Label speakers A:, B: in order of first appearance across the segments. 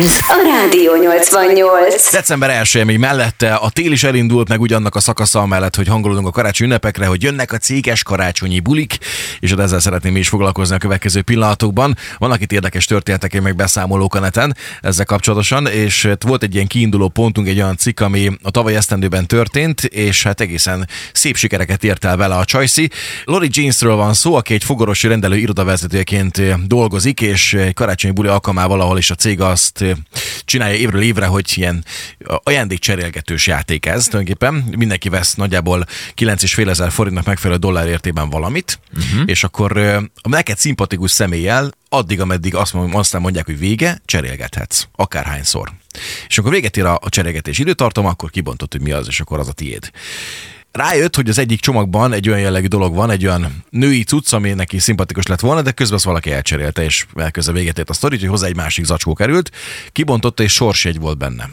A: Ez a Rádió 88.
B: December 1 még mellette a tél is elindult, meg ugyannak a szakasza mellett, hogy hangolódunk a karácsony ünnepekre, hogy jönnek a céges karácsonyi bulik, és hát ezzel szeretném mi is foglalkozni a következő pillanatokban. Vannak itt érdekes történetek, én meg beszámolók a neten ezzel kapcsolatosan, és hát volt egy ilyen kiinduló pontunk, egy olyan cikk, ami a tavaly esztendőben történt, és hát egészen szép sikereket ért el vele a Csajci. Lori Jeansről van szó, aki egy fogorosi rendelő irodavezetőjeként eh, dolgozik, és eh, egy karácsonyi buli alkalmával, ahol is a cég azt eh, csinálja évről évre, hogy ilyen ajándékcserélgetős játék ez tulajdonképpen. Mindenki vesz nagyjából 9,5 ezer forintnak megfelelő dollár értében valamit, uh-huh. és akkor a neked szimpatikus személlyel addig, ameddig azt mondom, aztán mondják, hogy vége, cserélgethetsz, akárhányszor. És akkor véget ér a, a cserélgetés időtartama, akkor kibontott, hogy mi az, és akkor az a tiéd rájött, hogy az egyik csomagban egy olyan jellegű dolog van, egy olyan női cucc, ami neki szimpatikus lett volna, de közben azt valaki elcserélte, és elközben véget ért a sztorit, hogy hozzá egy másik zacskó került, kibontotta, és sorsegy volt benne.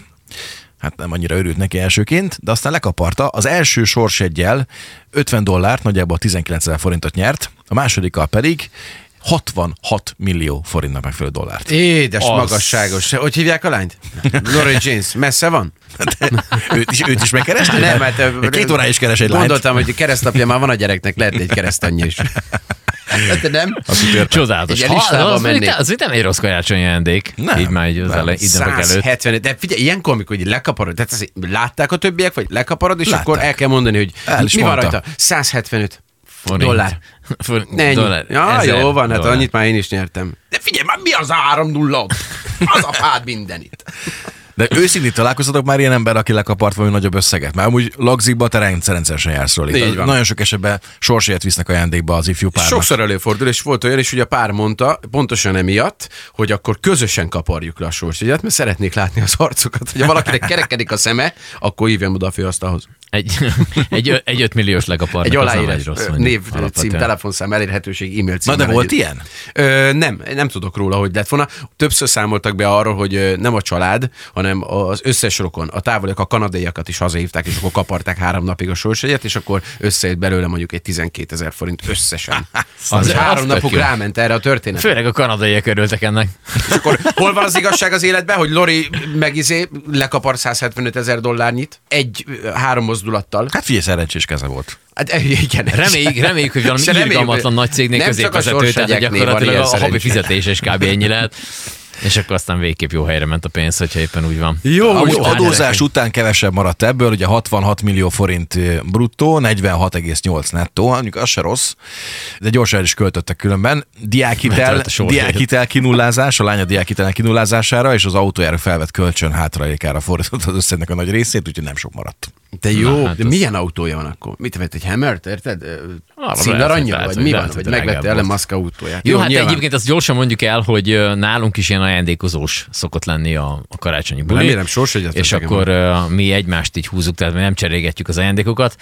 B: Hát nem annyira örült neki elsőként, de aztán lekaparta. Az első sorsegyel 50 dollárt, nagyjából 19 ezer forintot nyert, a másodikkal pedig 66 millió forintnak megfelelő dollárt.
C: Édes, az... magasságos. Hogy hívják a lányt? Lori Jeans. Messze van?
B: De, őt, is, őt is megkeresni?
C: Nem, hát
B: két órája is keres egy lányt.
C: Gondoltam, hogy keresztapja már van a gyereknek, lehet egy kereszt annyi is. Hát, De nem?
D: Csodálatos.
C: Egy listával mennék.
D: Az, az, nem egy rossz karácsonyi ajándék.
B: Nem,
D: így már így az ellen, időnek előtt.
C: 170, de figyelj, ilyen komik, hogy lekaparod. Tehát ezt látták a többiek, vagy lekaparod, és Látták. akkor el kell mondani, hogy El mi van rajta? 175
D: Forint.
C: dollár.
D: For,
C: Ennyi.
D: dollár.
C: Ja,
D: Ezer
C: jó van, hát
D: dollár.
C: annyit már én is nyertem. De figyelj, már mi az a három nulla? Az a pád mindenit.
B: De őszintén találkoztatok már ilyen ember, aki lekapart valami nagyobb összeget. Már úgy lagzikba te rendszer- rendszeresen jársz róla.
C: Így van.
B: Nagyon sok esetben sorsért visznek ajándékba az ifjú párnak.
C: Sokszor előfordul, és volt olyan is, hogy a pár mondta, pontosan emiatt, hogy akkor közösen kaparjuk le a sorsjegyet, mert szeretnék látni az arcukat. Hogyha valakinek kerekedik a szeme, akkor hívjam oda a főasztalhoz.
D: Egy, egy, ö- egy 5 milliós lekaparnak.
C: Egy
D: az nem
C: aláírás,
D: egy rossz
C: ö,
D: mondjuk,
C: név, cím,
D: alapvetően.
C: telefonszám, elérhetőség, e-mail cím.
B: Na de volt ilyen?
C: Ö, nem, nem tudok róla, hogy lett volna. Többször számoltak be arról, hogy ö, nem a család, hanem az összes rokon. A távoliak, a kanadaiakat is hazahívták, és akkor kaparták három napig a sorsegyet, és akkor összejött belőle mondjuk egy 12 ezer forint összesen. az
D: az
C: három
D: tök
C: napok
D: jó.
C: ráment erre a történet.
D: Főleg a kanadaiak örültek ennek.
C: És akkor hol van az igazság az életben, hogy Lori megizé lekapar 175 ezer dollárnyit egy ö, három mozdulattal?
B: Hát figyelj, szerencsés keze volt.
C: Hát e, igen.
D: Reméljük, reméljük, hogy valami
C: Se reméljük,
D: irgalmatlan nagy cégnél
C: nem csak a
D: középvezető, tehát hogy
C: sorsjegyeknél
D: gyakorlatilag
C: van
D: a
C: ilyen
D: havi
C: szerencsé.
D: fizetés és kb. ennyi lehet. És akkor aztán végképp jó helyre ment a pénz, hogyha éppen úgy van.
C: Jó,
B: Amúgy
C: jó.
B: adózás után kevesebb maradt ebből, ugye 66 millió forint bruttó, 46,8 nettó, mondjuk az se rossz, de gyorsan el is költöttek különben. Diákhitel,
D: Megtölt a sor.
B: diákhitel kinullázás, a lánya diákhitelnek kinullázására, és az autójára felvett kölcsön hátralékára fordított az összegnek a nagy részét, úgyhogy nem sok maradt.
C: De jó,
D: Na,
C: Na,
D: hát
C: hát de
D: ez-
C: milyen autója van akkor? Mit vett egy Hammert, érted?
D: lehet, hogy
C: Színdaranyja,
D: lehet,
C: vagy
D: hogy
C: mi
D: lehet,
C: van?
D: hogy
C: Vagy megvette
D: drágább
C: Elon
D: volt.
C: Musk autóját?
D: Jó, hát
C: nyilván.
D: egyébként azt gyorsan mondjuk el, hogy ö, nálunk is ilyen ajándékozós szokott lenni a, a karácsonyi buli.
C: Remélem, sors egyetlen
D: És
C: tegem.
D: akkor ö, mi egymást így húzzuk, tehát mi nem cserégetjük az ajándékokat,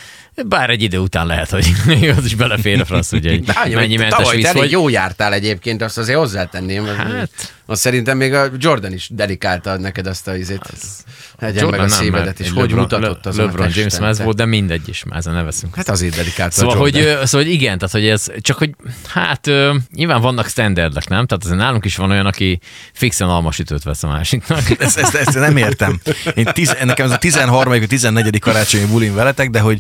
D: bár egy idő után lehet, hogy az is belefér a franc, ugye, hogy
C: De anya,
D: mennyi
C: hogy te
D: mentes
C: tavaly
D: víz
C: te elég
D: vagy.
C: jó jártál egyébként, azt azért hozzátenném.
D: Hát.
C: Hát. Azt szerintem még a Jordan is dedikálta neked azt a izét. Legyen meg
D: Jordan
C: a
D: nem,
C: szívedet,
D: mert
C: és
D: egy
C: hogy
D: LeBron-
C: mutatott
D: Le-
C: az
D: LeBron James már ez volt, de mindegy is, már ezen neveszünk.
C: Hát azért dedikálta
D: Szóval
C: a
D: hogy,
C: Jordan.
D: ö, szóval, hogy igen, tehát hogy ez, csak hogy hát ö, nyilván vannak standardek, nem? Tehát azért nálunk is van olyan, aki fixen almasütőt vesz a másiknak.
B: Ezt, ezt, ezt nem értem. Én tiz, nekem ez a 13. vagy 14. karácsonyi bulin veletek, de hogy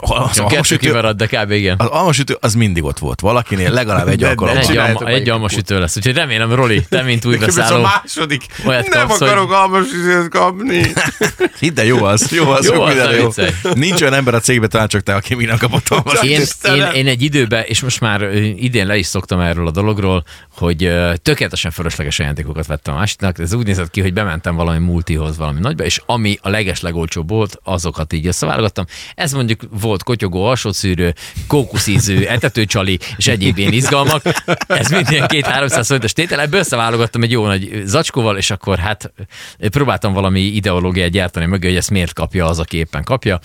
B: az
D: Csak kettő
B: almasütő,
D: kimarad, de kb. igen.
B: az almasütő az mindig ott volt valakinél, legalább egy
C: De- de
B: alkalommal.
D: Egy,
C: csináljátok
D: alma, egy
C: egyik
D: almasütő lesz, úgyhogy remélem, Roli, te mint új
C: Nekem ez a
D: beszálló.
C: második.
D: olyat
C: Nem
D: kapsz, hogy-
C: akarok almas izét kapni.
B: Hidd el, jó az, jó az,
D: Jó
B: jó
D: az,
B: minden
D: ne
B: jó.
D: viccelj.
B: Nincs olyan ember a cégben, talán csak te, aki mi nem kapott almas.
D: Én, én,
C: Istenem.
D: én egy időben, és most már ö, idén le is szoktam erről a dologról, hogy ö, tökéletesen fölösleges ajándékokat vettem a másiknak. Ez úgy nézett ki, hogy bementem valami multihoz, valami nagyba, és ami a leges legolcsóbb volt, azokat így összeválogattam. Ez mondjuk volt kotyogó alsószűrő, kókuszíző, etetőcsali és egyéb ilyen izgalmak. Ez mind ilyen két 300 forintos tétel. Ebből összeválogattam egy jó nagy zacskóval, és akkor hát ö, próbáltam valami ideológiát pszichológiát gyártani mögé, hogy ezt miért kapja az, aki éppen kapja,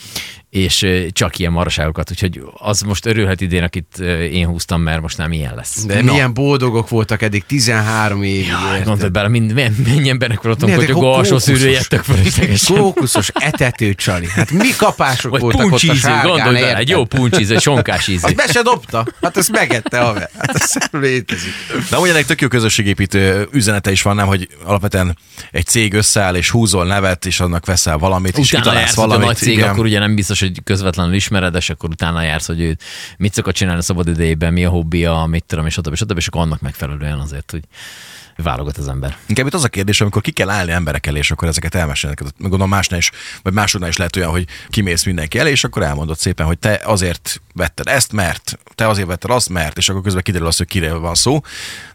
D: és ö, csak ilyen maraságokat, úgyhogy az most örülhet idén, akit ö, én húztam, mert most nem ilyen lesz. hát
C: De no. milyen boldogok voltak eddig 13 évig.
D: Jaj,
C: érted?
D: gondolj bele, mind, milyen, mennyi embernek voltam,
C: Milyen,
D: hogy
C: de
D: a
C: kó-
D: alsó
C: kókuszos.
D: szűrője tök fölöslegesen.
C: Kókuszos etető csali. Hát mi kapások
D: Vagy
C: voltak ott a
D: puncsíző,
C: sárgán,
D: gondolj bele,
C: érted?
D: egy jó puncsíző, egy sonkás ízű.
C: Azt be se dobta. Hát ezt megette, haver. Hát ez nem létezik.
B: De amúgy ennek tök jó közösségépítő üzenete is van, nem, hogy alapvetően egy cég összeáll, és húzol nevet, és annak veszel valamit, és
D: utána
B: kitalálsz
D: jársz, hogy a
B: valamit.
D: nagy cég,
B: igen.
D: akkor ugye nem biztos, hogy közvetlenül ismered, és akkor utána jársz, hogy ő mit szokott csinálni a szabad idejében, mi a hobbija, mit tudom, és stb. stb. És akkor annak megfelelően azért, hogy válogat az ember.
B: Inkább itt az a kérdés, amikor ki kell állni emberek elé, és akkor ezeket elmesélnek. Tehát Gondolom másnál is, vagy másodnál is lehet olyan, hogy kimész mindenki elé, és akkor elmondod szépen, hogy te azért vetted ezt, mert te azért vetted azt, mert, és akkor közben kiderül az, hogy kiről van szó.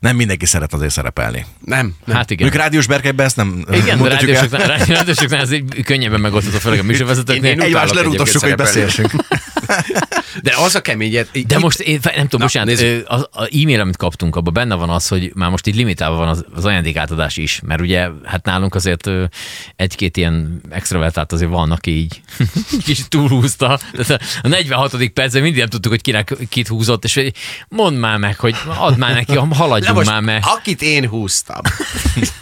B: Nem mindenki szeret azért szerepelni.
C: Nem. nem.
D: Hát igen.
B: Mondjuk rádiós berkekben ezt nem
D: Igen, de
B: mondhatjuk el.
D: rádiósoknál, rádiósoknál ez így könnyebben megoldható, főleg a műsorvezetőknél.
C: Én- én
B: Egymást
C: utálok
B: lerúgtassuk, hogy
C: egyébként
B: beszélsünk.
C: De az a kemény,
D: De most én fe- nem tudom,
C: Na,
D: bocsánat,
C: nézzük.
D: ö, az, az e-mail, amit kaptunk, abban benne van az, hogy már most így limitálva van az, az ajándékátadás is, mert ugye hát nálunk azért ö, egy-két ilyen extrovertált azért van, aki így kicsit túlhúzta. Tehát a 46. percben mindig nem tudtuk, hogy kinek kit húzott, és hogy mondd már meg, hogy add már neki,
C: Na
D: haladjunk
C: most,
D: már meg.
C: akit én húztam.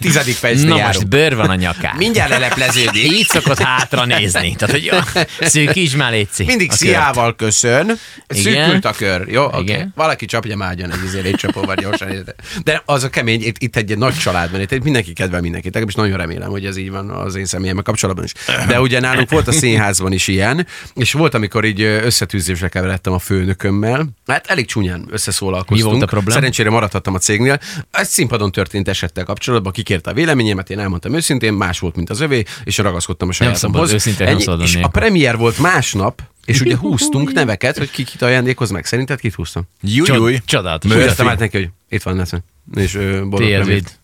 C: Tizedik fejeznél
D: Na most
C: járunk.
D: bőr van a nyakán.
C: Mindjárt lelepleződik.
D: Így szokott hátra nézni. Tehát, hogy ja, szűkíts már, Léci.
C: Mindig
D: a
C: sziával köszön. Szűkült a kör. Jó, oké. Okay.
D: Igen.
C: Valaki csapja már agyon egy izélét csapóval gyorsan. érted? De az a kemény, itt, itt egy nagy család van, itt egy mindenki kedvel mindenkit. Legalábbis nagyon remélem, hogy ez így van az én személyemmel kapcsolatban is. De ugye nálunk volt a színházban is ilyen, és volt, amikor így ö, összetűzésre keveredtem a főnökömmel. Hát elég csúnyán összeszólalkoztunk.
D: Mi volt a probléma?
C: Szerencsé- szerencsére maradhattam a cégnél. Ez színpadon történt esettel kapcsolatban, kikérte a véleményemet, én elmondtam őszintén, más volt, mint az övé, és ragaszkodtam a sajátomhoz.
D: szabad, őszintén nem szabad
C: és
D: lenni
C: a
D: ilyenkor.
C: premier volt másnap, és ugye húztunk neveket, hogy ki kit ajándékoz meg. Szerinted kit húztam?
D: Csod-
B: Jújjúj.
D: Csodálatos.
C: Úgy adtam át neki, hogy itt van, lesz. És ö, boldog
D: Térvid.
C: reményt.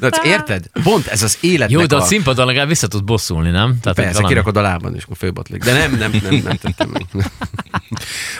C: De hát érted? Pont ez az életnek
D: Jó, de a
C: a...
D: színpadon legalább vissza tud bosszulni, nem? Tehát hogy
C: Persze,
D: valami-
C: kirakod a lábon, és akkor főbotlik. De nem, nem, nem, nem tettem meg.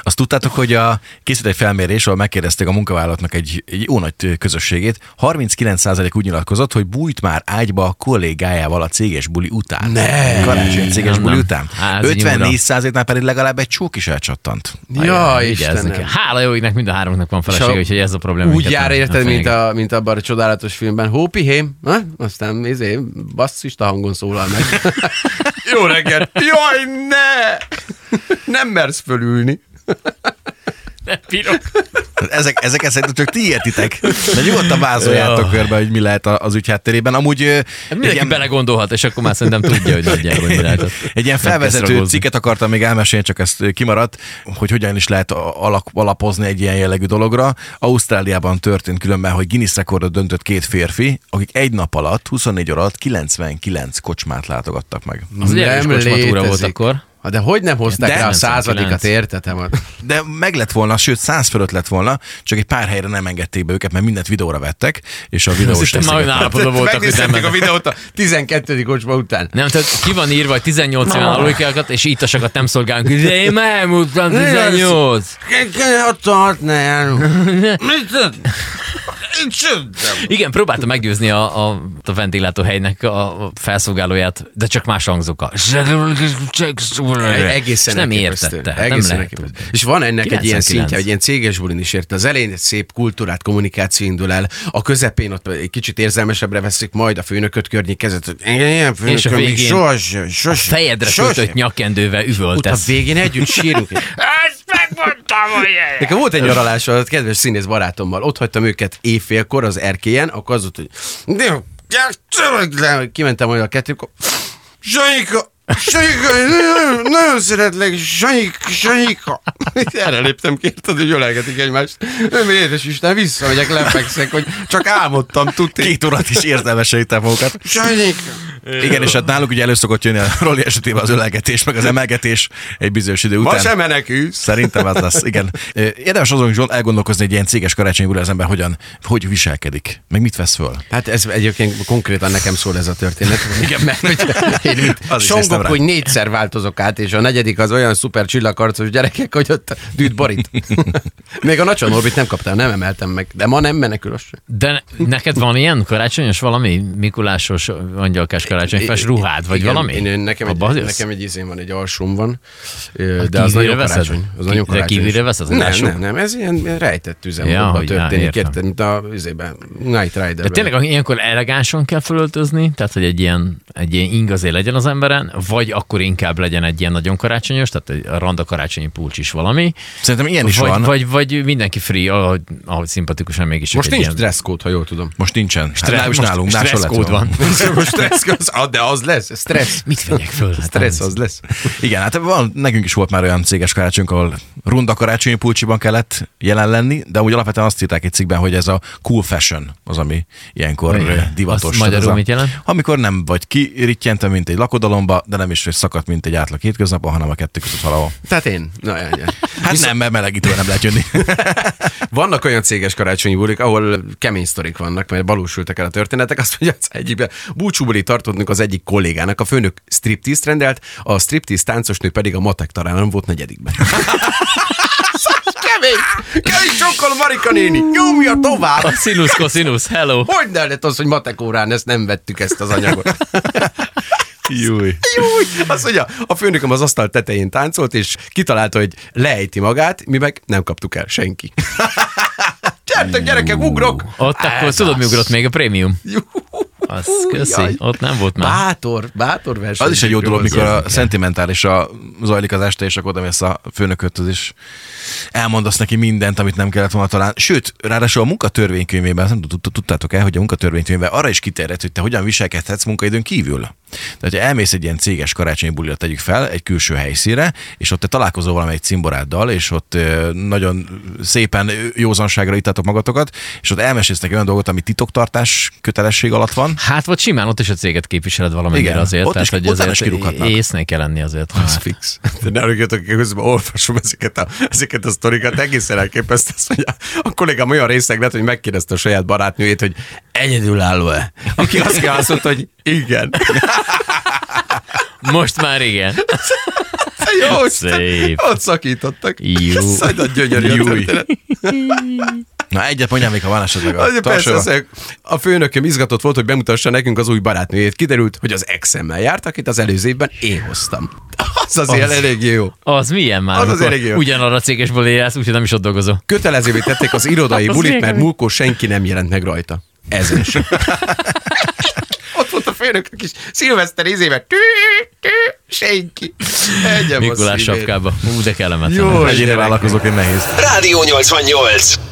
B: Azt tudtátok, hogy a, készült egy felmérés, ahol megkérdezték a munkavállalatnak egy, egy jó nagy ö, közösségét. 39% úgy nyilatkozott, hogy bújt már ágyba a kollégájával a céges buli után. Ne! Karácsony céges
D: Nem,
B: buli
D: nem.
B: után.
D: Á, ez
B: 54%-nál pedig legalább egy csók is elcsattant.
C: Ja,
D: Vigyázzunk
C: Istenem.
D: kell. Hála jó égnek, mind a háromnak van felesége,
C: És a-
D: úgyhogy ez a probléma.
C: Úgy
D: minket
C: jár,
D: nem- nem
C: érted, mint,
D: fenyeget.
C: a, mint abban a csodálatos filmben. Hópihém, ha? aztán izé, basszista hangon szólal meg. Jó reggelt! Jaj, ne! Nem mersz fölülni.
D: Nem Hát bírok.
B: Ezek, ezek szerint csak ti értitek. De nyugodtan vázoljátok körbe, hogy mi lehet a- az ügy hátterében. Amúgy ö, egy
D: Mindenki
B: ilyen-
D: belegondolhat, és akkor már szerintem tudja, hogy nagyjából mi lehetett. Nem
B: Egy ilyen
D: kell
B: felvezető
D: szragozni.
B: cikket akartam még elmesélni, csak ezt ö, kimaradt, hogy hogyan is lehet a- alak, alapozni egy ilyen jellegű dologra. Ausztráliában történt különben, hogy Guinness rekordot döntött két férfi, akik egy nap alatt, 24 óra alatt 99 kocsmát látogattak meg.
D: Az ugye erős kocsmatúra volt akkor.
C: Ha de hogy nem hozták
B: De-
C: rá a
D: 99.
C: századikat, értetem?
B: De meg lett volna, sőt, száz fölött lett volna, csak egy pár helyre nem engedték be őket, mert mindent videóra vettek, és a
D: Azt
B: videós
D: hittem, már olyan
B: részeket-
D: állapotban voltak, hogy nem
C: Megnézték a
D: mennek.
C: videót a 12. kocsma után.
D: Nem, tehát ki van írva, hogy 18 éven aluljákat, és ittasakat nem szolgálunk. De én már elmúltam 18.
C: Ott a ne járunk. Mit tett? Én csöndem.
D: Igen, próbálta meggyőzni a, a, a ventilátorhelynek a a felszolgálóját, de csak más hangzókkal. És
C: Egészen
D: nem
C: elképesztő.
D: értette.
C: Egészen
D: Hát nem lehet.
C: elképesztő. És van ennek egy ilyen
D: 99.
C: szintje, egy ilyen céges bulin is érte. Az elején egy szép kultúrát, kommunikáció indul el, a közepén ott egy kicsit érzelmesebbre veszik, majd a főnököt környékezett, hogy engem ilyen
D: És a
C: főnököm még
D: végén
C: sosem, sosem,
D: Fejedre
C: sosem.
D: kötött nyakkendővel
C: Ott a
D: üvöltesz.
C: végén együtt sírunk.
E: Ezt megmondtam, hogy ilyen.
C: Nekem volt egy nyaralás a kedves színész barátommal, ott hagytam őket éjfélkor az erkélyen, akkor az volt, hogy de, de- de- kimentem olyan a kettőkor, Sanyika, Sanyika, én nagyon, nagyon szeretlek, Sanyika, Sanyika. Erre léptem ki, érted, hogy ölelgetik egymást. Nem édes Isten, visszamegyek, lefekszek, hogy csak álmodtam, tudni.
B: Két órát is értelmesítettem magukat.
C: Sanyika.
B: Igen, és hát náluk ugye elő szokott jönni a Roli esetében az ölelgetés, meg az emelgetés egy bizonyos idő
C: Ma
B: után.
C: sem menekülsz.
B: Szerintem az lesz, igen. Ö, Érdemes azon is elgondolkozni, hogy egy ilyen céges karácsonyi az ember hogyan, hogy viselkedik, meg mit vesz föl.
C: Hát ez egyébként konkrétan nekem szól ez a történet. Igen, mert hogy én itt
B: Az is néztem
C: songok,
B: rá.
C: hogy négyszer változok át, és a negyedik az olyan szuper csillagarcos gyerekek, hogy ott dűt borít. Még a Nacson Orbit nem kaptam, nem emeltem meg, de ma nem menekül az sem.
D: De ne- neked van ilyen karácsonyos valami? Mikulásos, angyalkás karácsonyfás ruhád, vagy
C: igen,
D: valami?
C: Én, nekem, egy,
D: Abba az jössz?
C: nekem egy izém van, egy alsóm van, ö, de
D: kívülre
C: az nagyon
D: veszed?
C: karácsony. Az
D: Ki-
C: nagyon
D: de
C: karácsony.
D: kívülre veszed?
C: Nem,
D: Alsó?
C: nem, nem, ez ilyen ilyen rejtett
D: Ja,
C: üzemmódban
D: hogy- á,
C: történik,
D: értem.
C: érted, mint a izében, Night
D: De
C: Rider.
D: tényleg ilyenkor elegánsan kell fölöltözni, tehát hogy egy ilyen, egy ilyen ing azért legyen az emberen, vagy akkor inkább legyen egy ilyen nagyon karácsonyos, tehát egy a randa karácsonyi pulcs is valami,
B: Szerintem ilyen is
D: vagy,
B: van.
D: vagy, vagy mindenki free, ahogy, ahogy szimpatikusan mégis csak
C: Most
D: egy
C: nincs
D: ilyen...
C: dresscode, ha jól tudom.
B: Most nincsen. Hát,
D: Stre-
B: legalábbis
D: most
B: nálunk, máshol lett
D: stresszkód
B: volna.
D: van.
C: Most stressz, az, ah, de az lesz, stressz.
D: Mit vegyek föl? Hát
C: Stressz
D: nem-
C: az lesz.
B: Igen, hát van, nekünk is volt már olyan céges karácsonyunk, ahol runda karácsonyi pulcsiban kellett jelen lenni, de úgy alapvetően azt írták egy cikkben, hogy ez a cool fashion az, ami ilyenkor
D: Igen.
B: ö, divatos.
D: Azt
B: Tehát
D: magyarul
B: ez a-
D: mit jelent?
B: Amikor nem vagy kirittyente, mint egy lakodalomba, de nem is vagy szakadt, mint egy átlag hétköznapon, hanem a kettő között valahol.
C: Tehát én. Na, jaj, jaj.
B: Hát Viszont... nem, mert melegítővel nem lehet jönni.
C: Vannak olyan céges karácsonyi bulik, ahol kemény sztorik vannak, mert balúsultak el a történetek. Azt mondja, az egyikben búcsúbuli tartottunk az egyik kollégának, a főnök striptease rendelt, a striptease táncosnő pedig a matek talán volt negyedikben. kemény! Kemény sokkal Marika néni! Nyomja tovább!
D: A színusz, koszinusz, hello!
C: Hogy ne lett az, hogy matek órán ezt nem vettük ezt az anyagot?
B: Júj.
C: Júj! Azt mondja, a főnököm az asztal tetején táncolt, és kitalálta, hogy leejti magát, mi meg nem kaptuk el senki. Gyertek, gyerekek, ugrok!
D: Ott akkor
C: Ez
D: tudod, mi
C: az.
D: ugrott még a prémium?
C: Jú,
D: Az
C: jaj.
D: köszi, ott nem volt már.
C: Bátor, bátor verseny.
B: Az is egy jó dolog,
C: Jól
B: mikor
C: zajlik.
B: a szentimentálisra zajlik az este, és akkor odamész a főnököthöz is. Elmondasz neki mindent, amit nem kellett volna talán. Sőt, ráadásul a munkatörvénykönyvében, nem tud- tud- tudtátok el, hogy a munkatörvénykönyvben arra is kiterjedt, hogy te hogyan viselkedhetsz munkaidőn kívül. Tehát, ha elmész egy ilyen céges karácsonyi bulira, tegyük fel, egy külső helyszínre, és ott te találkozol valamelyik cimboráddal, és ott ö, nagyon szépen józanságra ittátok magatokat, és ott elmesélsz neki olyan dolgot, ami titoktartás kötelesség alatt van.
D: Hát vagy simán ott is a céget képviseled valamennyire
B: Igen,
D: azért,
B: ott
D: tehát
B: is-
D: hogy
B: utána is
D: azért
B: kirúghatnak.
D: észnél kell lenni azért.
C: Az
D: már.
C: fix. De ne rögjöttök, közben olvasom ezeket a, ezeket a sztorikat, egészen elképesztő. Azt mondja, a kollégám olyan részeg lett, hogy megkérdezte a saját barátnőjét, hogy egyedülálló-e? Aki azt kell azt mondta, hogy igen.
D: Most már igen.
C: Hát Jó,
D: Szép.
C: Ott szakítottak.
D: Jó.
C: Szajda gyönyörű a
B: Júj.
C: történet.
B: Na egyet mondjál még, ha van esetleg a
C: Az- Persze,
B: tartsóra.
C: az- a főnököm izgatott volt, hogy bemutassa nekünk az új barátnőjét. Kiderült, hogy az exemmel járt, akit az előző évben én hoztam. Az azért
D: Az.
C: az. eléggé jó.
D: Az milyen már?
C: Az az
D: amikor
C: elég jó.
D: Ugyanarra a cégesből élsz, úgyhogy nem is ott dolgozol.
C: Kötelezővé tették az irodai
D: Az
C: bulit,
D: milyen
C: mert
D: kemény.
C: múlkor senki nem jelent meg rajta. Ezen sem. Ott volt a főnök a kis szilveszter izébe. Tű, tű, senki. Egyem a
D: Mikulás
C: szívét.
D: sapkába. Hú, de kellemetlen.
C: Jó,
B: Egyéni vállalkozóként nehéz.
F: Rádió 88.